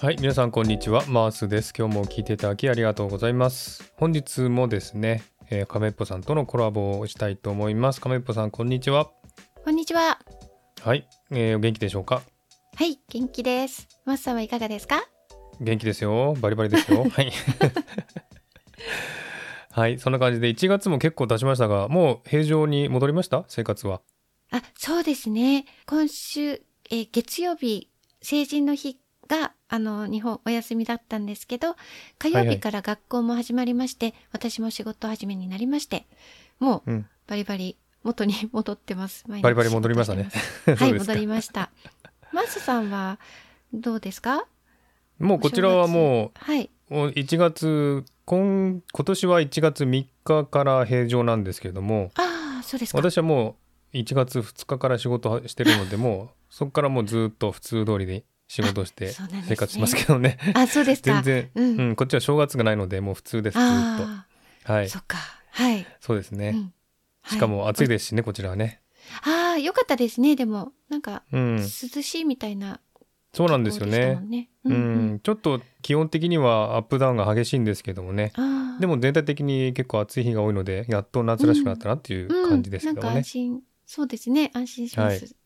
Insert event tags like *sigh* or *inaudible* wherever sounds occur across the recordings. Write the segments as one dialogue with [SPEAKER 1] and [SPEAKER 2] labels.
[SPEAKER 1] はい皆さんこんにちはマースです今日も聞いていただきありがとうございます本日もですね、えー、亀っぽさんとのコラボをしたいと思います亀っぽさんこんにちは
[SPEAKER 2] こんにちは。
[SPEAKER 1] はい、えー、お元気でしょうか
[SPEAKER 2] はい、元気です。マスさんはいかがですか。
[SPEAKER 1] 元気ですよバリバリです
[SPEAKER 2] *laughs*
[SPEAKER 1] よはい *laughs* はいそんな感じで1月も結構経ちましたがもう平常に戻りました生活は
[SPEAKER 2] あ、そうですね。今週、えー月曜日、成人の日が、あの、日本お休みだったんですけど、火
[SPEAKER 1] は
[SPEAKER 2] 曜
[SPEAKER 1] いはい
[SPEAKER 2] 日から学校も始まりまして、私も仕事始めになりまして、もう、
[SPEAKER 1] うん
[SPEAKER 2] バリバリ元に戻ってます。バ
[SPEAKER 1] バリバリ戻りましたね *laughs* そう
[SPEAKER 2] はい、
[SPEAKER 1] ですか
[SPEAKER 2] 戻りました。マスさんは、どうですか
[SPEAKER 1] もうこちらはも
[SPEAKER 2] はい。
[SPEAKER 1] うお1月今今年は1月3日から平常なんですけれども
[SPEAKER 2] ああ、そうですか。
[SPEAKER 1] 私はもう1月2日から仕事はしてるのでも
[SPEAKER 2] *laughs*
[SPEAKER 1] うそこからもうずっと普通通りで仕事して
[SPEAKER 2] あそうなんですね
[SPEAKER 1] 生活してますけどね
[SPEAKER 2] あ、そうです
[SPEAKER 1] *laughs*
[SPEAKER 2] か。
[SPEAKER 1] 全然、
[SPEAKER 2] う
[SPEAKER 1] うんんこっちは正月がないのでもう普通ですずっ
[SPEAKER 2] あ
[SPEAKER 1] とは
[SPEAKER 2] あ、
[SPEAKER 1] い
[SPEAKER 2] そっか。はい。
[SPEAKER 1] そうですね、
[SPEAKER 2] うんはい
[SPEAKER 1] しかも暑いですしねこちらはね
[SPEAKER 2] ああ、よかったですね。でも、なんか、
[SPEAKER 1] うん
[SPEAKER 2] 涼しいみたいな、
[SPEAKER 1] そうなんですよ
[SPEAKER 2] 気候で
[SPEAKER 1] ね
[SPEAKER 2] したもんね。
[SPEAKER 1] う、
[SPEAKER 2] うんん
[SPEAKER 1] ちょっと気温的にはアップダウンが激しいんですけどもね
[SPEAKER 2] うん。ああ。
[SPEAKER 1] でも全体的に結構暑い日が多いのでやっと夏らしくなったなっていう
[SPEAKER 2] うん、
[SPEAKER 1] 感じですけども
[SPEAKER 2] なん
[SPEAKER 1] ね、
[SPEAKER 2] か安心、そうですね。安心します。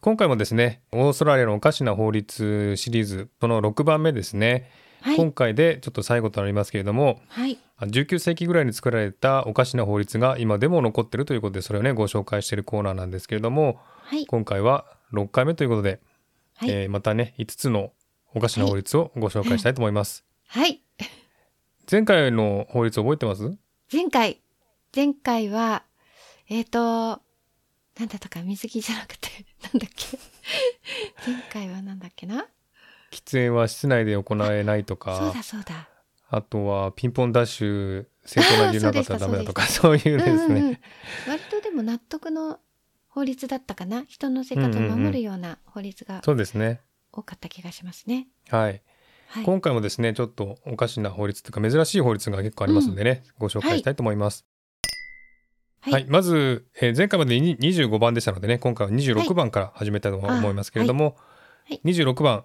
[SPEAKER 1] 今回もですねオーストラリアのおかしな法律シリーズその6番目ですね、
[SPEAKER 2] はい。
[SPEAKER 1] 今回でちょっと最後となりますけれども
[SPEAKER 2] はい。
[SPEAKER 1] 19世紀ぐらいに作られたおかしな法律が今でも残ってるということでそれをねご紹介しているコーナーなんですけれども
[SPEAKER 2] はい。
[SPEAKER 1] 今回は6回目ということで、
[SPEAKER 2] はい
[SPEAKER 1] えーまたね5つのおかしな法律をご紹介したいと思います、
[SPEAKER 2] はい。
[SPEAKER 1] 前回の法律覚えてます
[SPEAKER 2] 前回、前回は、えっ、と、なんだったか、水着じゃなくて、 *laughs* なんだっけ。前回はなんだっけな
[SPEAKER 1] 喫煙は室内で行えないと
[SPEAKER 2] そう
[SPEAKER 1] か
[SPEAKER 2] だそうだ。
[SPEAKER 1] あとはピンポンダッシュ正当な理由なかったらダメだとかそういうです
[SPEAKER 2] うんうんう
[SPEAKER 1] ね
[SPEAKER 2] ん、割とでも納得の法律だったかな人の生活を守るような法律が
[SPEAKER 1] そうですね
[SPEAKER 2] 多かった気がしますね。
[SPEAKER 1] はい
[SPEAKER 2] はい、
[SPEAKER 1] 今回もですねちょっとおかしな法律というか珍しい法律が結構ありますのでね、ご紹介したいと思います。は、
[SPEAKER 2] はいい
[SPEAKER 1] まず、えー前回までに25番でしたのでね今回は
[SPEAKER 2] は
[SPEAKER 1] 26
[SPEAKER 2] い
[SPEAKER 1] 番から始めたいと思いますけれども、
[SPEAKER 2] あはい
[SPEAKER 1] 26番、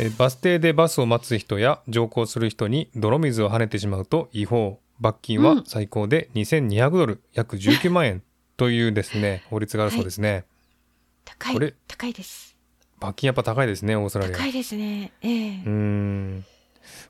[SPEAKER 1] えーバス停でバスを待つ人や乗降する人に泥水を跳ねてしまうと違法罰金
[SPEAKER 2] う
[SPEAKER 1] は
[SPEAKER 2] ん
[SPEAKER 1] 最高で2200ドル、約19万円というですね法律があるそうですね、
[SPEAKER 2] 高
[SPEAKER 1] これ
[SPEAKER 2] い高いです。
[SPEAKER 1] 罰金やっぱ高いですねオーストラリア
[SPEAKER 2] 高いですね。ええ
[SPEAKER 1] うーん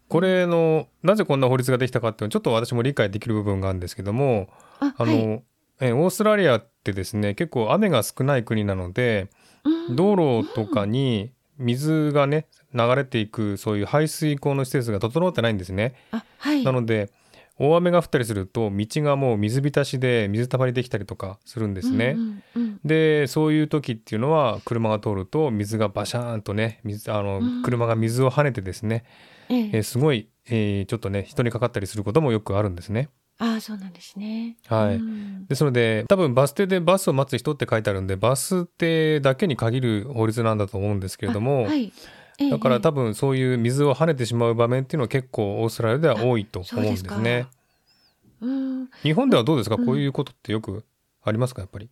[SPEAKER 1] これのなぜこんな法律ができたかっていうのはちょっと私も理解できる部分があるんですけども
[SPEAKER 2] あ
[SPEAKER 1] あの、
[SPEAKER 2] はい
[SPEAKER 1] えオーストラリアってですね結構雨が少ない国なので
[SPEAKER 2] うん
[SPEAKER 1] 道路とかに水がね流れていくそういう排水溝の施設が整ってないんですね。
[SPEAKER 2] あはい
[SPEAKER 1] なので大雨が降ったりすると道がもう水浸しで水たまりできたりとかするんですね。
[SPEAKER 2] うんうんうん
[SPEAKER 1] でそういう時っていうのは車が通ると水がバシャーンとね水あの、
[SPEAKER 2] うん
[SPEAKER 1] 車が水を跳ねてですね、
[SPEAKER 2] ええ
[SPEAKER 1] えーすごい、えーちょっとね人にかかったりすることもよくあるんですね。
[SPEAKER 2] あそうなんですね。
[SPEAKER 1] はい
[SPEAKER 2] うん
[SPEAKER 1] ですので多分バス停でバスを待つ人って書いてあるんでバス停だけに限る法律なんだと思うんですけれども、
[SPEAKER 2] あはいええ
[SPEAKER 1] だから多
[SPEAKER 2] え
[SPEAKER 1] 分そういう水を跳ねてしまう場面っていうのは結構オーストラリアでは多いと思うんです
[SPEAKER 2] そうです
[SPEAKER 1] ね
[SPEAKER 2] か。えうん
[SPEAKER 1] 日本ではどうですか、
[SPEAKER 2] うん
[SPEAKER 1] こういうことってよくありますかやっぱり。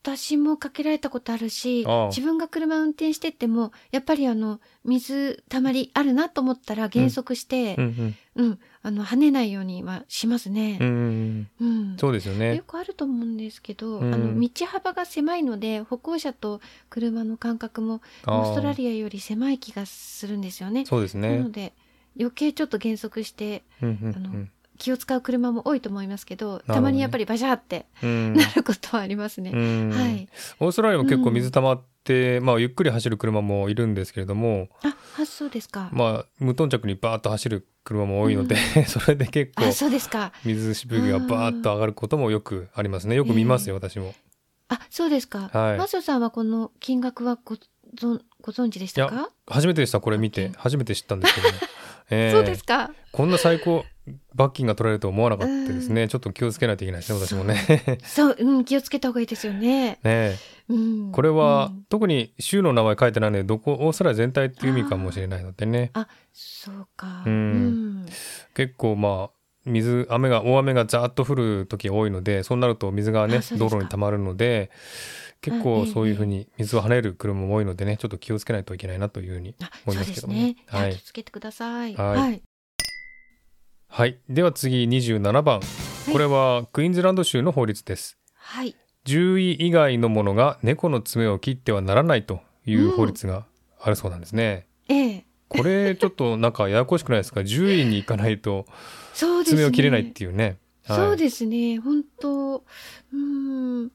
[SPEAKER 2] 私もかけられたことあるし
[SPEAKER 1] ああ
[SPEAKER 2] 自分が車運転してってもやっぱりあの水たまりあるなと思ったら減速して、
[SPEAKER 1] うん
[SPEAKER 2] うん、あの跳ねないようにはします
[SPEAKER 1] うんう
[SPEAKER 2] ね。
[SPEAKER 1] ん
[SPEAKER 2] うん
[SPEAKER 1] そうですよ
[SPEAKER 2] よ
[SPEAKER 1] ね。
[SPEAKER 2] くあると思うんですけど、
[SPEAKER 1] うん
[SPEAKER 2] あの道幅が狭いので歩行者と車の間隔もオーストラ
[SPEAKER 1] ア
[SPEAKER 2] リアより狭い気がするんですよね。
[SPEAKER 1] そうです
[SPEAKER 2] な
[SPEAKER 1] ね
[SPEAKER 2] の。で余計ちょっと減速して
[SPEAKER 1] うんうん
[SPEAKER 2] あ
[SPEAKER 1] う
[SPEAKER 2] の
[SPEAKER 1] ん
[SPEAKER 2] 気を使う車も多いと思いますけ
[SPEAKER 1] ど
[SPEAKER 2] ど
[SPEAKER 1] ね
[SPEAKER 2] たまにやっぱりバシャーって
[SPEAKER 1] うん
[SPEAKER 2] なること *laughs* はありますね。
[SPEAKER 1] うん
[SPEAKER 2] はい、
[SPEAKER 1] オーストラリアも結構水溜まって、まあ、ゆっくり走る車もいるんですけれども、
[SPEAKER 2] ああそうですか。
[SPEAKER 1] まあ、無頓着にバーッと走る車も多いので、 *laughs* それで結構
[SPEAKER 2] あそうですか。
[SPEAKER 1] 水しぶきがバーッと上がることもよくありますねよく見ますよ、私も。
[SPEAKER 2] あそうですか。
[SPEAKER 1] はい
[SPEAKER 2] マスオさんはこの金額はご存ご存知でしたか、
[SPEAKER 1] 初めてでしたこれ見て
[SPEAKER 2] 罰
[SPEAKER 1] 初めて知ったんですけ
[SPEAKER 2] *laughs*
[SPEAKER 1] ども、えー
[SPEAKER 2] そうですか。
[SPEAKER 1] こんな最高罰金が取られるとは思わなかったですね、ちょっと気をつけないといけないですね私もね。 *laughs* ね
[SPEAKER 2] そう、うん、気をつけた方がいいですよね。
[SPEAKER 1] え
[SPEAKER 2] うん、
[SPEAKER 1] これは、
[SPEAKER 2] うん
[SPEAKER 1] 特に州の名前書いてないのでどこオーストラリア全体っていう意味かもしれないのでね
[SPEAKER 2] あ、そうか。
[SPEAKER 1] うん結構まあ水雨が大雨がざーっと降る時が多いのでそうなると水がね
[SPEAKER 2] あそう
[SPEAKER 1] 道
[SPEAKER 2] ですか
[SPEAKER 1] 路に溜まるので結
[SPEAKER 2] うん
[SPEAKER 1] 構
[SPEAKER 2] ええ
[SPEAKER 1] そういうふうに水を跳ねる車も多いのでね、ちょっと気をつけないといけないなというふうに
[SPEAKER 2] あ、
[SPEAKER 1] 思
[SPEAKER 2] そ
[SPEAKER 1] いうま
[SPEAKER 2] で
[SPEAKER 1] けど
[SPEAKER 2] すす
[SPEAKER 1] も
[SPEAKER 2] ね
[SPEAKER 1] ね。
[SPEAKER 2] いや
[SPEAKER 1] はい
[SPEAKER 2] 気をつけてください。
[SPEAKER 1] はい
[SPEAKER 2] はい。
[SPEAKER 1] はい。では次27番。
[SPEAKER 2] い
[SPEAKER 1] これはクイーンズランド州の法律です。
[SPEAKER 2] はい。
[SPEAKER 1] 獣医以外のものが猫の爪を切ってはならないという法律があるそうなんですね。
[SPEAKER 2] ええ、
[SPEAKER 1] これちょっとなんかややこしくないですか獣医に行かないと
[SPEAKER 2] そうですね。
[SPEAKER 1] 爪を切れないっていうね。はい
[SPEAKER 2] そうですね。本当、うーん、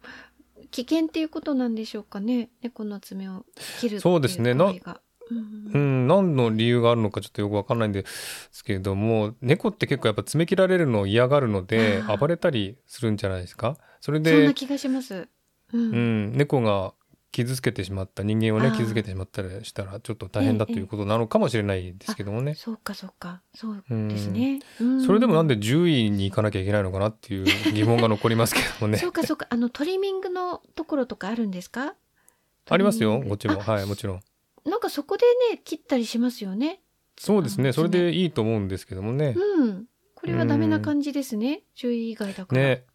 [SPEAKER 2] 危険っていうことなんでしょうかね。猫の爪を切るってい
[SPEAKER 1] そうですねな
[SPEAKER 2] 行為がうん
[SPEAKER 1] う
[SPEAKER 2] うん
[SPEAKER 1] ん、何の理由があるのかちょっとよくわかんないんですけれども猫って結構やっぱ爪切られるのを嫌がるので
[SPEAKER 2] あー
[SPEAKER 1] 暴れたりするんじゃないですかそれ
[SPEAKER 2] そんな
[SPEAKER 1] で、
[SPEAKER 2] 気がします。うん
[SPEAKER 1] うん、猫が傷つけてしまった人間を
[SPEAKER 2] あ
[SPEAKER 1] ね
[SPEAKER 2] ー
[SPEAKER 1] 傷つけてしまったりしたらちょっと大変だということなのかもしれないですけどもね。
[SPEAKER 2] そうかそうかそう
[SPEAKER 1] うん
[SPEAKER 2] ですね、
[SPEAKER 1] それでもなん
[SPEAKER 2] で
[SPEAKER 1] で獣医に行かなきゃいけないのかなっていう疑問が残りますけどもね
[SPEAKER 2] *laughs* そうかそうかあのトリミングのところとかあるんですか
[SPEAKER 1] あります
[SPEAKER 2] トリ
[SPEAKER 1] よ
[SPEAKER 2] ミング
[SPEAKER 1] もちろんはいもちろん
[SPEAKER 2] あなんかそこでね切ったりしますよね
[SPEAKER 1] そうです
[SPEAKER 2] あ
[SPEAKER 1] ね
[SPEAKER 2] の
[SPEAKER 1] それでいいと思うんですけどもね
[SPEAKER 2] うんこれはダメな感じですね注意以外だから、
[SPEAKER 1] ね
[SPEAKER 2] うん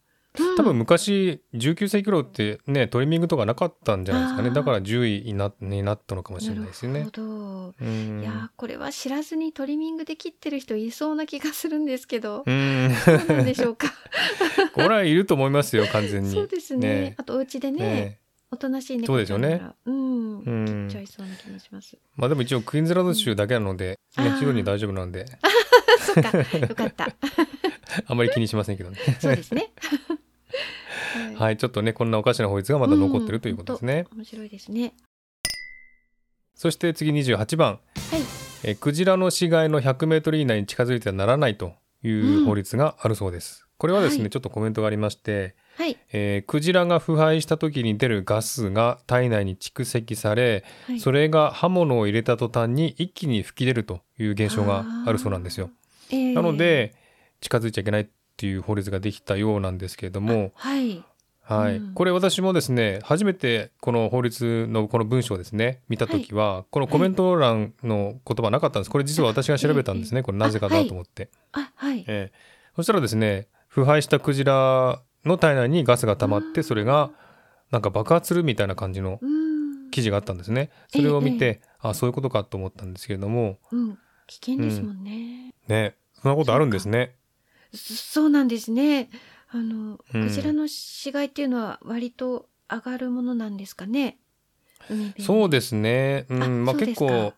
[SPEAKER 1] 多分昔19世紀頃ってねトリミングとかなかったんじゃないですかね
[SPEAKER 2] あー
[SPEAKER 1] だから10位になになったのかもしれないですよ
[SPEAKER 2] な
[SPEAKER 1] ね
[SPEAKER 2] るほ。ど
[SPEAKER 1] う
[SPEAKER 2] い
[SPEAKER 1] ん
[SPEAKER 2] やーこれは知らずにトリミングで切ってる人いそうな気がするんですけど
[SPEAKER 1] う、ん *laughs*
[SPEAKER 2] どうなんでしょうか。
[SPEAKER 1] これはいると思いますよ完全に。
[SPEAKER 2] そうですね。
[SPEAKER 1] ね
[SPEAKER 2] あとお家でね、
[SPEAKER 1] ね
[SPEAKER 2] おとなしい猫
[SPEAKER 1] そうですよね
[SPEAKER 2] ちゃんならうん、
[SPEAKER 1] う
[SPEAKER 2] 切っちゃ
[SPEAKER 1] ん、
[SPEAKER 2] いそうな気がします。 *laughs*
[SPEAKER 1] まあでも一応クイーンズランド州だけなので、
[SPEAKER 2] うん
[SPEAKER 1] ね
[SPEAKER 2] あー
[SPEAKER 1] 非常に大丈夫なんで
[SPEAKER 2] そっか、よ
[SPEAKER 1] *laughs*
[SPEAKER 2] かった。
[SPEAKER 1] あまり気にしませんけど
[SPEAKER 2] *laughs*
[SPEAKER 1] ね
[SPEAKER 2] そうですね。い、
[SPEAKER 1] はいちょっとねこんなおかしな法律がまだ残ってるということですね、
[SPEAKER 2] 面白いですね。
[SPEAKER 1] そして次28番、
[SPEAKER 2] はい
[SPEAKER 1] えクジラの死骸の 100m 以内に近づいてはならないという法律があるそうです、これはですね、
[SPEAKER 2] はい
[SPEAKER 1] ちょっとコメントがありまして、
[SPEAKER 2] はい、
[SPEAKER 1] えークジラが腐敗した時に出るガスが体内に蓄積され、
[SPEAKER 2] はい、
[SPEAKER 1] それが刃物を入れた途端に一気に吹き出るという現象があるそうなんですよ。
[SPEAKER 2] えー
[SPEAKER 1] なの、で近づいちゃいけないっていう法律ができたようなんですけれども、
[SPEAKER 2] はい、
[SPEAKER 1] はい
[SPEAKER 2] うん
[SPEAKER 1] これ私もですね初めてこの法律のこの文章をですね見た時は、このコメント欄の言葉なかったんですこれ実は私が調べたんですねこれなぜかなと思って。
[SPEAKER 2] あ、はい、
[SPEAKER 1] ええそしたらですね腐敗したクジラの体内にガスが溜まってそれがなんか爆発するみたいな感じの
[SPEAKER 2] うん、
[SPEAKER 1] 記事があったんですねそれを見て、あそういうことかと思ったんですけれども
[SPEAKER 2] うん、危険ですもんね。
[SPEAKER 1] ねそんなことあるんですね
[SPEAKER 2] そそうなんですね。あの、
[SPEAKER 1] うん
[SPEAKER 2] クジラの死骸っていうのは割と上がるものなんですかね。海辺に
[SPEAKER 1] そうですねう
[SPEAKER 2] あ
[SPEAKER 1] んまあ
[SPEAKER 2] そうで
[SPEAKER 1] 結
[SPEAKER 2] すか
[SPEAKER 1] 構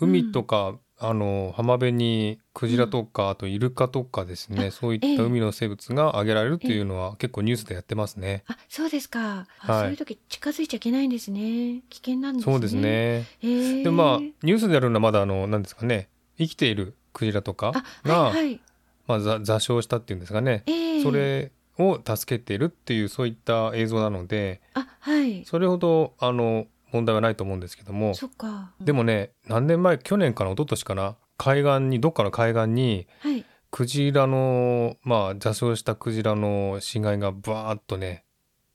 [SPEAKER 2] うん
[SPEAKER 1] 海とか、あの浜辺にクジラとか、あとイルカとかですね
[SPEAKER 2] あ
[SPEAKER 1] そういっ
[SPEAKER 2] ええ
[SPEAKER 1] た海の生物が挙げられるというのは結構ニュースでやってますね。
[SPEAKER 2] あ、そうですか。あ
[SPEAKER 1] はい
[SPEAKER 2] そういう時近づいちゃいけないんですね。危険なんですね。
[SPEAKER 1] そうです。ね
[SPEAKER 2] えー、
[SPEAKER 1] でまあニュースでやるのはまだあの何ですかね生きているクジラとか
[SPEAKER 2] あ、
[SPEAKER 1] が、
[SPEAKER 2] はい、はい。
[SPEAKER 1] まあ、ざ座礁したっていうんですかね、
[SPEAKER 2] えー、
[SPEAKER 1] そ。れを助けているっていうそういった映像なので
[SPEAKER 2] あ、はい。
[SPEAKER 1] それほどあの問題はないと思うんですけども
[SPEAKER 2] そっか。
[SPEAKER 1] でもね何年前去年かな一昨年かな海岸にどっかの海岸に
[SPEAKER 2] はい。
[SPEAKER 1] クジラのまあ座礁したクジラの死骸がバーッとね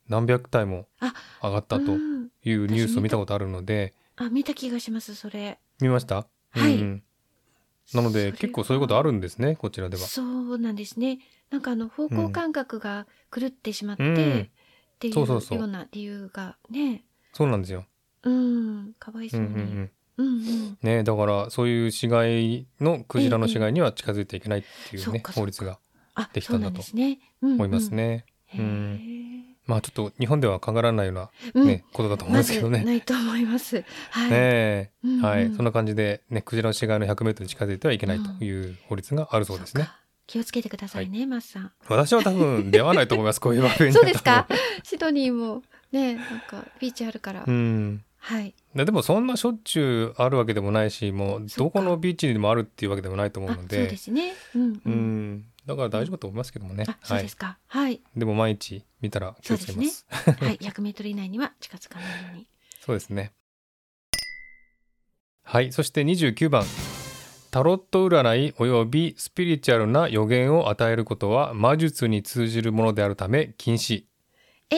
[SPEAKER 1] 何百体も
[SPEAKER 2] あ
[SPEAKER 1] 上がったと
[SPEAKER 2] うん
[SPEAKER 1] いうニュースを見たことあるので
[SPEAKER 2] あ、見た気がします。それ。
[SPEAKER 1] 見ました、
[SPEAKER 2] はい
[SPEAKER 1] うんなので
[SPEAKER 2] それは
[SPEAKER 1] 結構そういうことあるんですねこちらでは。
[SPEAKER 2] そうなんですね。なんかあの方向感覚が狂ってしまって、
[SPEAKER 1] うん
[SPEAKER 2] っていう
[SPEAKER 1] そうそうそう
[SPEAKER 2] ような理由がね、
[SPEAKER 1] そうなんですよ、
[SPEAKER 2] うん、かわいそううんに。
[SPEAKER 1] うんうん、
[SPEAKER 2] うんうん
[SPEAKER 1] ねだからそういう死骸のクジラの死骸には近づいていけないっていう
[SPEAKER 2] ええそ
[SPEAKER 1] ね、
[SPEAKER 2] うか
[SPEAKER 1] 法律が
[SPEAKER 2] あ、
[SPEAKER 1] でき
[SPEAKER 2] そ
[SPEAKER 1] た
[SPEAKER 2] う
[SPEAKER 1] ん
[SPEAKER 2] な
[SPEAKER 1] だ
[SPEAKER 2] ん
[SPEAKER 1] と
[SPEAKER 2] ですね。うん
[SPEAKER 1] 思います。ね。
[SPEAKER 2] うん
[SPEAKER 1] うん
[SPEAKER 2] へ
[SPEAKER 1] まあちょっと日本では考えられないような
[SPEAKER 2] えうん
[SPEAKER 1] ね、ことだと思うん
[SPEAKER 2] ま
[SPEAKER 1] ですけ
[SPEAKER 2] ず
[SPEAKER 1] どね。ね
[SPEAKER 2] ないと思います。はい。
[SPEAKER 1] え、
[SPEAKER 2] うんうん
[SPEAKER 1] はい、そんな感じでねクジラの死骸の100メートルに近づいてはいけないという法律があるそうですね。
[SPEAKER 2] か。気をつけてくださいね、マスさん。
[SPEAKER 1] 私は多分出会わないと思い
[SPEAKER 2] *laughs*
[SPEAKER 1] ますこういう場面に
[SPEAKER 2] そうですか。シドニーもね、なんかビーチあるから。
[SPEAKER 1] うん。
[SPEAKER 2] はい。
[SPEAKER 1] ででもそんなしょっちゅうあるわけでもないしもう
[SPEAKER 2] そっ
[SPEAKER 1] ど
[SPEAKER 2] か
[SPEAKER 1] このビーチにでもあるっていうわけでもないと思
[SPEAKER 2] あ、
[SPEAKER 1] う
[SPEAKER 2] そう
[SPEAKER 1] ので
[SPEAKER 2] ですね。うん、う。
[SPEAKER 1] うんんだから大丈夫だと思いますけどもね、
[SPEAKER 2] あ、そ
[SPEAKER 1] はい
[SPEAKER 2] うですか。
[SPEAKER 1] *laughs*
[SPEAKER 2] はい。
[SPEAKER 1] でも毎日見たら気をつけます。
[SPEAKER 2] はい、100メートル以内には近づかないように。
[SPEAKER 1] そうですね。はい、そして29番。タロット占いおよびスピリチュアルな予言を与えることは魔術に通じるものであるため禁止。で
[SPEAKER 2] え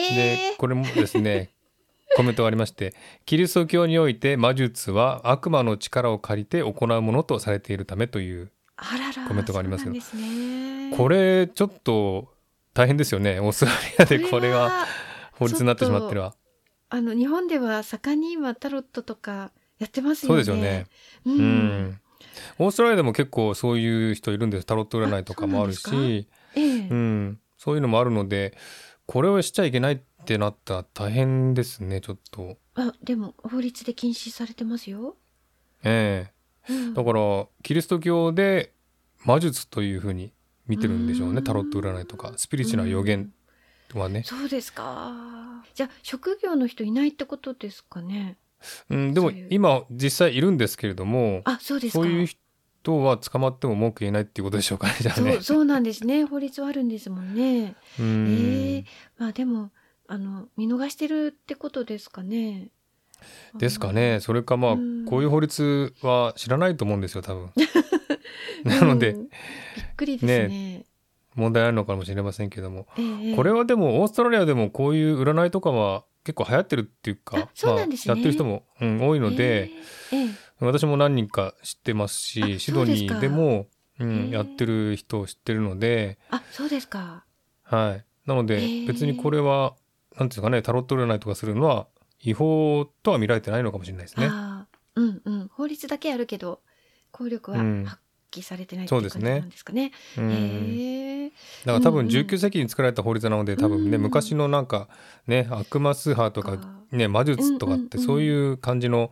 [SPEAKER 2] え、
[SPEAKER 1] これもですね、 *laughs* コメントがありまして、キリスト教において魔術は悪魔の力を借りて行うものとされているためという、
[SPEAKER 2] あらら。
[SPEAKER 1] コメントがありますけど
[SPEAKER 2] そうなんですね。
[SPEAKER 1] こ
[SPEAKER 2] れ
[SPEAKER 1] れちょっと大変ですよね。オーストラリアでこれが
[SPEAKER 2] は
[SPEAKER 1] 法律になってしまってるわ。
[SPEAKER 2] あの日本では盛んに今タロットとかやってますよ
[SPEAKER 1] そう
[SPEAKER 2] ね。
[SPEAKER 1] ですよね。
[SPEAKER 2] う
[SPEAKER 1] うん
[SPEAKER 2] ん。
[SPEAKER 1] オーストラリアでも結構そういう人いるんですタロット占いとかもある
[SPEAKER 2] あそうなん
[SPEAKER 1] し
[SPEAKER 2] ええ
[SPEAKER 1] うん、そういうのもあるのでこれをしちゃいけないってなったら大変ですねちょっと。
[SPEAKER 2] あでも法律で禁止されてますよ。
[SPEAKER 1] え
[SPEAKER 2] うん
[SPEAKER 1] えだからキリスト教で魔術というふうに見てるんでしょう
[SPEAKER 2] う
[SPEAKER 1] ね
[SPEAKER 2] ん
[SPEAKER 1] タロット占いとかスピリチュアルな予言はね、
[SPEAKER 2] そうですか。じゃあ職業の人いないってことですかね。
[SPEAKER 1] うん、でも
[SPEAKER 2] そういう
[SPEAKER 1] 今実際いるんですけれども
[SPEAKER 2] あそうですか。
[SPEAKER 1] そういう人は捕まっても文句言えないっていうことでしょうかねじゃあね
[SPEAKER 2] そう。そうなんですね。法律はあるんですもんね。
[SPEAKER 1] うん
[SPEAKER 2] ええまあでもあの見逃してるってことですかね。
[SPEAKER 1] ですかねそれかまあ
[SPEAKER 2] うん
[SPEAKER 1] こういう法律は知らないと思うんですよ多
[SPEAKER 2] *laughs*
[SPEAKER 1] 分
[SPEAKER 2] うん。
[SPEAKER 1] なの
[SPEAKER 2] う
[SPEAKER 1] で
[SPEAKER 2] んびっくりですね。
[SPEAKER 1] 問題あるのかもしれませんけども
[SPEAKER 2] ええ
[SPEAKER 1] これはでもオーストラリアでもこういう占いとかは結構流行ってるっていうか
[SPEAKER 2] あそうなんです
[SPEAKER 1] ま
[SPEAKER 2] ね
[SPEAKER 1] あやってる人も、うん、多いので、、
[SPEAKER 2] ええええ
[SPEAKER 1] 私も何人か知ってますし
[SPEAKER 2] あ
[SPEAKER 1] シドニーでもう
[SPEAKER 2] へ
[SPEAKER 1] ん、
[SPEAKER 2] え
[SPEAKER 1] やってる人を知ってるので、
[SPEAKER 2] あそうですか。
[SPEAKER 1] はい、なので
[SPEAKER 2] へえ
[SPEAKER 1] 別にこれはなんていうんですかねタロット占いとかするのは違法とは見られてないのかもしれないですね。
[SPEAKER 2] ああうんうん法律だけあるけど効力は
[SPEAKER 1] うん
[SPEAKER 2] 発揮されてないって
[SPEAKER 1] そ
[SPEAKER 2] いうう
[SPEAKER 1] です
[SPEAKER 2] 感じ
[SPEAKER 1] ね
[SPEAKER 2] なんですかね。
[SPEAKER 1] うん
[SPEAKER 2] へえ
[SPEAKER 1] だから多分
[SPEAKER 2] うんうん
[SPEAKER 1] 19世紀に作られた法律なので多分ね、
[SPEAKER 2] うん
[SPEAKER 1] 昔のなんかね悪魔崇拝と
[SPEAKER 2] そ
[SPEAKER 1] か
[SPEAKER 2] っか、
[SPEAKER 1] ね、魔術とかっ
[SPEAKER 2] うんうん
[SPEAKER 1] て
[SPEAKER 2] うん
[SPEAKER 1] そういう感じの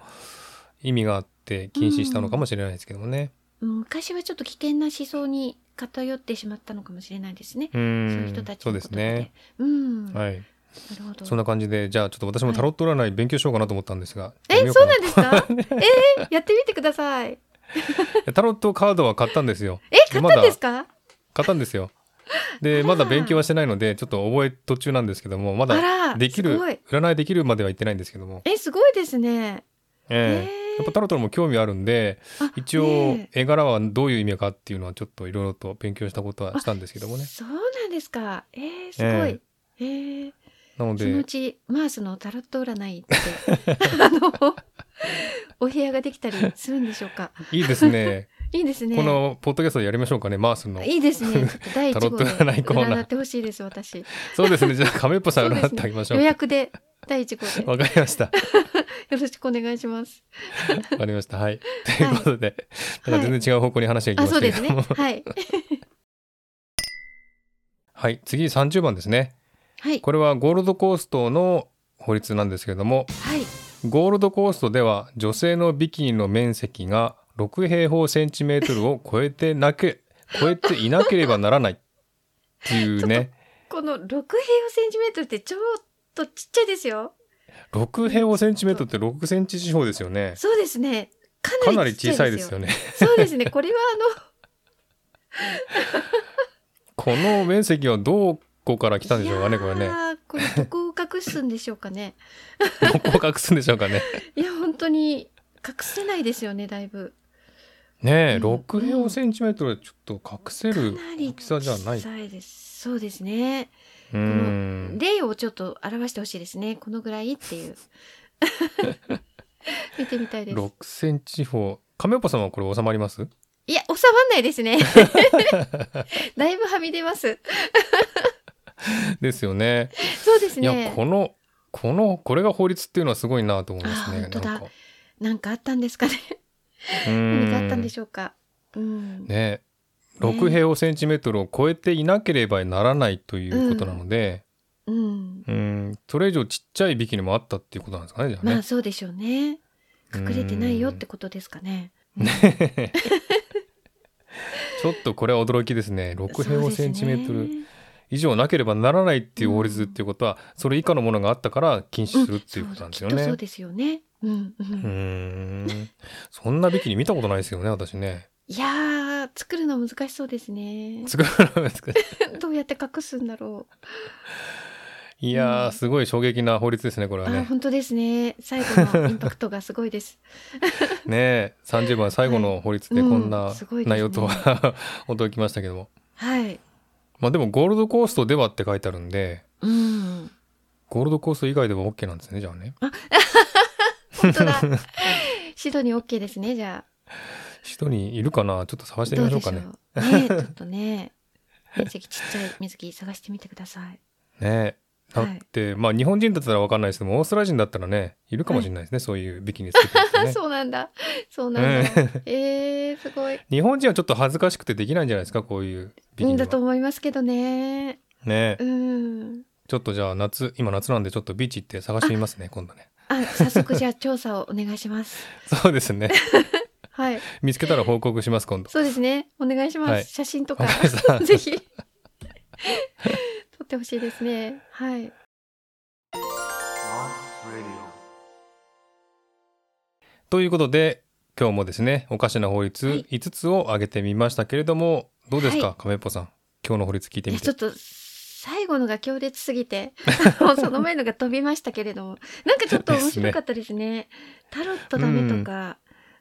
[SPEAKER 1] 意味があって禁止したのかもしれないですけどもね。
[SPEAKER 2] 昔はちょっと危険な思想に偏ってしまったのかもしれないですね。
[SPEAKER 1] う
[SPEAKER 2] そうんいう人たち
[SPEAKER 1] そう
[SPEAKER 2] の
[SPEAKER 1] です
[SPEAKER 2] 言葉
[SPEAKER 1] ね。。
[SPEAKER 2] うん、な
[SPEAKER 1] はい、
[SPEAKER 2] るほど。
[SPEAKER 1] そんな感じでじゃあちょっと私もタロット占い勉強しようかなと思ったんですがやめ
[SPEAKER 2] え、
[SPEAKER 1] よ
[SPEAKER 2] そう
[SPEAKER 1] かな
[SPEAKER 2] なんですか
[SPEAKER 1] *laughs*
[SPEAKER 2] えーやってみてください。
[SPEAKER 1] いやタロットカードは買ったんですよ。
[SPEAKER 2] え、買ったんですか
[SPEAKER 1] 買ったんですよ。でまだ勉強はしてないのでちょっと覚え途中なんですけどもま
[SPEAKER 2] あ
[SPEAKER 1] だ
[SPEAKER 2] ら、
[SPEAKER 1] できる
[SPEAKER 2] すごい。
[SPEAKER 1] 占いできるまでは行ってないんですけども、
[SPEAKER 2] え、すごいですね。
[SPEAKER 1] ええ
[SPEAKER 2] えー
[SPEAKER 1] やっぱタロットにも興味あるんで
[SPEAKER 2] あ
[SPEAKER 1] 一応
[SPEAKER 2] ねえ
[SPEAKER 1] 絵柄はどういう意味かっていうのはちょっといろいろと勉強したことはしたんですけどもね
[SPEAKER 2] そうなんですか。えー、すごい。えー
[SPEAKER 1] なの
[SPEAKER 2] その
[SPEAKER 1] で
[SPEAKER 2] うちマースのタロット占いって
[SPEAKER 1] *laughs*
[SPEAKER 2] あのお部屋ができたりするんでしょうか。
[SPEAKER 1] いいですね
[SPEAKER 2] いい *laughs* ですね。
[SPEAKER 1] このポッドキャストでやりましょうかねマースの
[SPEAKER 2] いいですね。ちょっと第一
[SPEAKER 1] タロ
[SPEAKER 2] 号
[SPEAKER 1] ッ
[SPEAKER 2] で
[SPEAKER 1] ト占いコーナー
[SPEAKER 2] 占ってほしいです私。
[SPEAKER 1] そうですねじゃあ亀っぽさん
[SPEAKER 2] そうです
[SPEAKER 1] 占
[SPEAKER 2] ね
[SPEAKER 1] ってあげましょ
[SPEAKER 2] 予
[SPEAKER 1] うか
[SPEAKER 2] 約で第一号でよ
[SPEAKER 1] わかりました
[SPEAKER 2] ろしくお願いします。
[SPEAKER 1] わかりましたはいということで、
[SPEAKER 2] はい
[SPEAKER 1] なんか全然違う方向に話がいきま
[SPEAKER 2] あ
[SPEAKER 1] し
[SPEAKER 2] そう
[SPEAKER 1] たけ
[SPEAKER 2] で
[SPEAKER 1] ど
[SPEAKER 2] す
[SPEAKER 1] *laughs* も、
[SPEAKER 2] ね。はい
[SPEAKER 1] はい次30番ですね
[SPEAKER 2] はい
[SPEAKER 1] これはゴールドコーストの法律なんですけれども
[SPEAKER 2] はい。
[SPEAKER 1] ゴールドコーストでは女性のビキニの面積が6平方センチメートルを超えてな
[SPEAKER 2] *laughs*
[SPEAKER 1] け超えていなければならないっていうね
[SPEAKER 2] この六平方センチメートルってちょっとちっちゃいですよ。
[SPEAKER 1] 6平方センチメートルって6センチ四方ですよね
[SPEAKER 2] そうですね。
[SPEAKER 1] か
[SPEAKER 2] か
[SPEAKER 1] な
[SPEAKER 2] な
[SPEAKER 1] り
[SPEAKER 2] り
[SPEAKER 1] 小
[SPEAKER 2] 小
[SPEAKER 1] さ
[SPEAKER 2] さ
[SPEAKER 1] い
[SPEAKER 2] い
[SPEAKER 1] で
[SPEAKER 2] ですす
[SPEAKER 1] よ
[SPEAKER 2] よ。
[SPEAKER 1] ね
[SPEAKER 2] そうですね。これはあの
[SPEAKER 1] この面積はどこから *laughs* 来たんでしょうかねこれ
[SPEAKER 2] い
[SPEAKER 1] ね
[SPEAKER 2] やーこれどこを隠すんでしょうかね。
[SPEAKER 1] どこを隠すんでしょうかね
[SPEAKER 2] いや本当に隠せないですよねだいぶ。
[SPEAKER 1] ねえ
[SPEAKER 2] うん
[SPEAKER 1] 6平方センチメートルはちょっと隠せ
[SPEAKER 2] か
[SPEAKER 1] る
[SPEAKER 2] なり
[SPEAKER 1] 大きさじゃない
[SPEAKER 2] 小さいです。そうですね。
[SPEAKER 1] うーん
[SPEAKER 2] 例をちょっと表してほしいですね。このぐらいっ
[SPEAKER 1] *laughs*
[SPEAKER 2] ていう。見てみたいです。
[SPEAKER 1] 6センチ四方亀岡さんはこれ収まります *laughs*
[SPEAKER 2] いや収まんないですね。だいぶはみ出ます。
[SPEAKER 1] ですよね
[SPEAKER 2] そうです
[SPEAKER 1] いや
[SPEAKER 2] ね。
[SPEAKER 1] このこのこれが法律っていうのはすごいなと思いますね。
[SPEAKER 2] あー本当だ
[SPEAKER 1] なんか
[SPEAKER 2] なんかあったんですかね。
[SPEAKER 1] うー
[SPEAKER 2] 何
[SPEAKER 1] ん
[SPEAKER 2] かあったんでしょうか。うん。
[SPEAKER 1] ね6平方センチメートルを超えていなければならないということなので、
[SPEAKER 2] うん。
[SPEAKER 1] うん、それ以上ちっちゃいビキニもあったっていうことなんですかねじゃあね。
[SPEAKER 2] まあそうでしょうね。隠れてないよってことですかね。
[SPEAKER 1] ちょっとこれは驚きですね6平
[SPEAKER 2] そう
[SPEAKER 1] 方
[SPEAKER 2] です
[SPEAKER 1] セ
[SPEAKER 2] ね
[SPEAKER 1] ンチメートル以上なければならないっていう法律っていうことは、それ以下のものがあったから禁止するっていうことなんですよね。
[SPEAKER 2] うんそううきっとそうですよね。うんうん。
[SPEAKER 1] ーんそんなビキニ見たことないですよね私ね。
[SPEAKER 2] いやー作るの難しそうで
[SPEAKER 1] *laughs*
[SPEAKER 2] すね。
[SPEAKER 1] 作らないですけど
[SPEAKER 2] どうやって隠すんだろ
[SPEAKER 1] いや
[SPEAKER 2] う
[SPEAKER 1] ー
[SPEAKER 2] ん
[SPEAKER 1] すごい衝撃な法律ですねこれ
[SPEAKER 2] う。
[SPEAKER 1] は
[SPEAKER 2] あ
[SPEAKER 1] ね。
[SPEAKER 2] 本当ですね。最後
[SPEAKER 1] *laughs*
[SPEAKER 2] のインパクトがすごいです。
[SPEAKER 1] ねえ30番最後の法律で
[SPEAKER 2] はい
[SPEAKER 1] こんな
[SPEAKER 2] うんすごいですね
[SPEAKER 1] 内容とは *laughs* 驚きましたけども、
[SPEAKER 2] はい。
[SPEAKER 1] まあでもゴールドコーストではって書いてあるんで
[SPEAKER 2] うん。
[SPEAKER 1] ゴールドコースト以外では OK なんですねじゃあね
[SPEAKER 2] 本
[SPEAKER 1] *laughs*
[SPEAKER 2] 当だ。シドニー OK ですね。じゃ
[SPEAKER 1] 人にいるかなちょっと探
[SPEAKER 2] あ
[SPEAKER 1] して
[SPEAKER 2] ど
[SPEAKER 1] み
[SPEAKER 2] う
[SPEAKER 1] ましょ
[SPEAKER 2] で
[SPEAKER 1] う
[SPEAKER 2] しょ
[SPEAKER 1] か
[SPEAKER 2] う。
[SPEAKER 1] ね
[SPEAKER 2] ねちょっとね。面積ちっちゃい水着探してみてください。
[SPEAKER 1] ねえだって、まあ日本人だったら分かんないですけどもオーストラリア人だったらねいるかもしれないですね、そういうビキニつけてる人
[SPEAKER 2] あ
[SPEAKER 1] ね
[SPEAKER 2] *laughs* そうなんだそうなんだ、
[SPEAKER 1] うん *laughs*
[SPEAKER 2] えー、すごい
[SPEAKER 1] 日本人はちょっと恥ずかしくてできないんじゃないですかこういうビキ
[SPEAKER 2] ん
[SPEAKER 1] ニは
[SPEAKER 2] だと思いますけどね
[SPEAKER 1] ね
[SPEAKER 2] うん
[SPEAKER 1] ちょっとじゃあ夏今夏なんでちょっとビーチ行って探してみますね今度ね
[SPEAKER 2] あ早速じゃあ調査をお願いします
[SPEAKER 1] そうですね
[SPEAKER 2] はい
[SPEAKER 1] 見つけたら報告します今度
[SPEAKER 2] そうですねお願いします、
[SPEAKER 1] はい
[SPEAKER 2] 写真とか
[SPEAKER 1] わかりま *laughs* した
[SPEAKER 2] *laughs* ぜひ撮ってほしいですねはい
[SPEAKER 1] ということで今日もですねおかしな法律5つを挙げてみましたけれどもどうですか、
[SPEAKER 2] は
[SPEAKER 1] 亀っぽさん今日の法律聞いて
[SPEAKER 2] い
[SPEAKER 1] み
[SPEAKER 2] や
[SPEAKER 1] て
[SPEAKER 2] ちょっと最後のが強烈す
[SPEAKER 1] *laughs*
[SPEAKER 2] ぎてもうその前のが飛びましたけれどもなんかちょっと面白かったですねタロットダメとか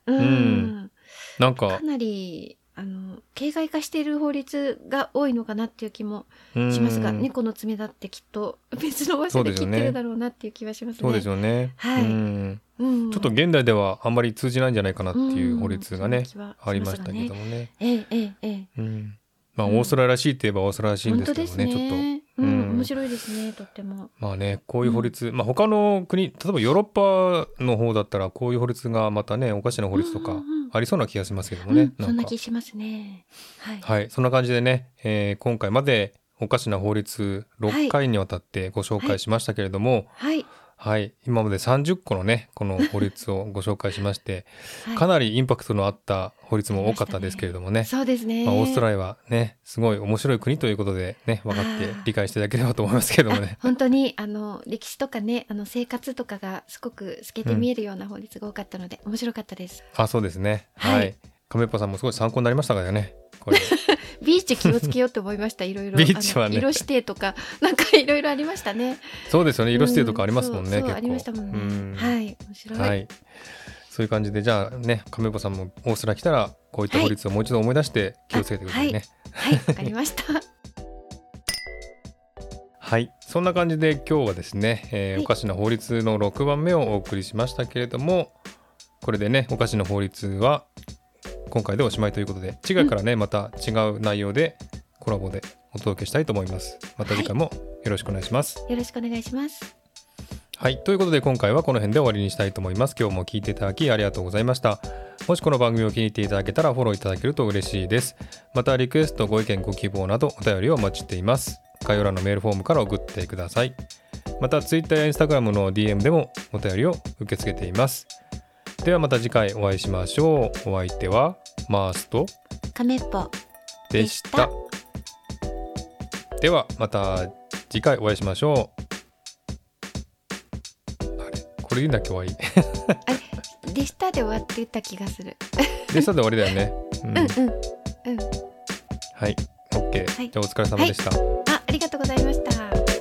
[SPEAKER 2] うん、
[SPEAKER 1] なんか
[SPEAKER 2] かなりあの形骸化している法律が多いのかなっていう気もしますが、
[SPEAKER 1] うん
[SPEAKER 2] 猫の爪だってきっと別の場
[SPEAKER 1] そ
[SPEAKER 2] 所
[SPEAKER 1] う
[SPEAKER 2] で
[SPEAKER 1] です
[SPEAKER 2] 切
[SPEAKER 1] よ
[SPEAKER 2] っ
[SPEAKER 1] ね
[SPEAKER 2] てるだろうなっていう気はしますね。
[SPEAKER 1] そうですよね、
[SPEAKER 2] はい
[SPEAKER 1] うん
[SPEAKER 2] うん
[SPEAKER 1] ちょっと現代ではあんまり通じないんじゃないかなっていう法律がね、
[SPEAKER 2] うんそんな気は
[SPEAKER 1] ありましたけ
[SPEAKER 2] し
[SPEAKER 1] ど
[SPEAKER 2] すがね
[SPEAKER 1] もね。
[SPEAKER 2] ええええええ
[SPEAKER 1] うん、まあ
[SPEAKER 2] うん
[SPEAKER 1] オーストラリアらしいといえばオーストラリアらしいん
[SPEAKER 2] 本
[SPEAKER 1] で
[SPEAKER 2] 当
[SPEAKER 1] すけ
[SPEAKER 2] で
[SPEAKER 1] ど
[SPEAKER 2] す
[SPEAKER 1] ね
[SPEAKER 2] ね
[SPEAKER 1] ちょっ
[SPEAKER 2] う、
[SPEAKER 1] うんん
[SPEAKER 2] 面白いですねとっても。
[SPEAKER 1] とまあねこういう法律、まあ他の国例えばヨーロッパの方だったらこういう法律がまたねおかしな法律と
[SPEAKER 2] うん
[SPEAKER 1] か
[SPEAKER 2] うんうん
[SPEAKER 1] ありそうな気がしますけども
[SPEAKER 2] う
[SPEAKER 1] ね、
[SPEAKER 2] ん、そん
[SPEAKER 1] な
[SPEAKER 2] なん
[SPEAKER 1] か
[SPEAKER 2] 気しますね。はい。
[SPEAKER 1] はいそんな感じでね、えー今回までおかしな法律
[SPEAKER 2] は
[SPEAKER 1] 6
[SPEAKER 2] い
[SPEAKER 1] 回にわたってご紹介しましたけれども、
[SPEAKER 2] はい。
[SPEAKER 1] はい今まで30個のねこの法律をご紹介しまして、
[SPEAKER 2] はい
[SPEAKER 1] かなりインパクトのあった法律も多かったですけれどもね
[SPEAKER 2] そうですね。
[SPEAKER 1] まあ、オーストラリ
[SPEAKER 2] リ
[SPEAKER 1] アはねすごい面白い国ということでね分かって
[SPEAKER 2] あー
[SPEAKER 1] 理解していただければと思いますけどもね。
[SPEAKER 2] *laughs* 本当にあの歴史とかねあの生活とかがすごく透けて見えるような法律が多かったので、面白かったです。
[SPEAKER 1] あそうですねはい、
[SPEAKER 2] はい
[SPEAKER 1] 亀っぽさんもすごい参考になりましたからねこ
[SPEAKER 2] *laughs*
[SPEAKER 1] れ
[SPEAKER 2] ビーチ気をつけようって思いました。いろいろ。
[SPEAKER 1] ビーチはね
[SPEAKER 2] あの色指定とか、 *laughs* なんかいろいろありましたね。
[SPEAKER 1] そうですよね色指定とかありますもんね、
[SPEAKER 2] うそう
[SPEAKER 1] 結構
[SPEAKER 2] ありましたもん
[SPEAKER 1] う
[SPEAKER 2] ね。
[SPEAKER 1] ん
[SPEAKER 2] はい、面白い。
[SPEAKER 1] はい、そういう感じでじゃあね亀っぽさんもオーストラリア来たらこういった法律をもう一度思い出して気をつけてくださいね
[SPEAKER 2] はい、わかりました。
[SPEAKER 1] はい、そんな感じで今日はですね、えー
[SPEAKER 2] はい
[SPEAKER 1] おかしな法律の6番目をお送りしましたけれどもこれでねおかしな法律は今回でおしまいということで次回からね、また違う内容でコラボでお届けしたいと思いますまた次回もよろしくお願いします
[SPEAKER 2] よろしくお願いします。
[SPEAKER 1] はい、ということで今回はこの辺で終わりにしたいと思います今日も聞いていただきありがとうございましたもしこの番組を気に入っていただけたらフォローいただけると嬉しいですまたリクエストご意見ご希望などお便りをお待ちしています概要欄のメールフォームから送ってくださいまた Twitter や Instagram の DM でもお便りを受け付けていますではまた次回お会いしましょうお相手はマースト
[SPEAKER 2] 亀っぽ。
[SPEAKER 1] でしたではまた次回お会いしましょうあれこれでいいんだっけ終
[SPEAKER 2] *laughs*
[SPEAKER 1] わり
[SPEAKER 2] あれ、でしたで終わってた気がする。
[SPEAKER 1] でしたで終わりだよね。うん、
[SPEAKER 2] うん、う
[SPEAKER 1] はい、
[SPEAKER 2] ん、うん。
[SPEAKER 1] オッケー。
[SPEAKER 2] はい
[SPEAKER 1] じゃあお疲れ様でした。
[SPEAKER 2] あ、ありがとうございました。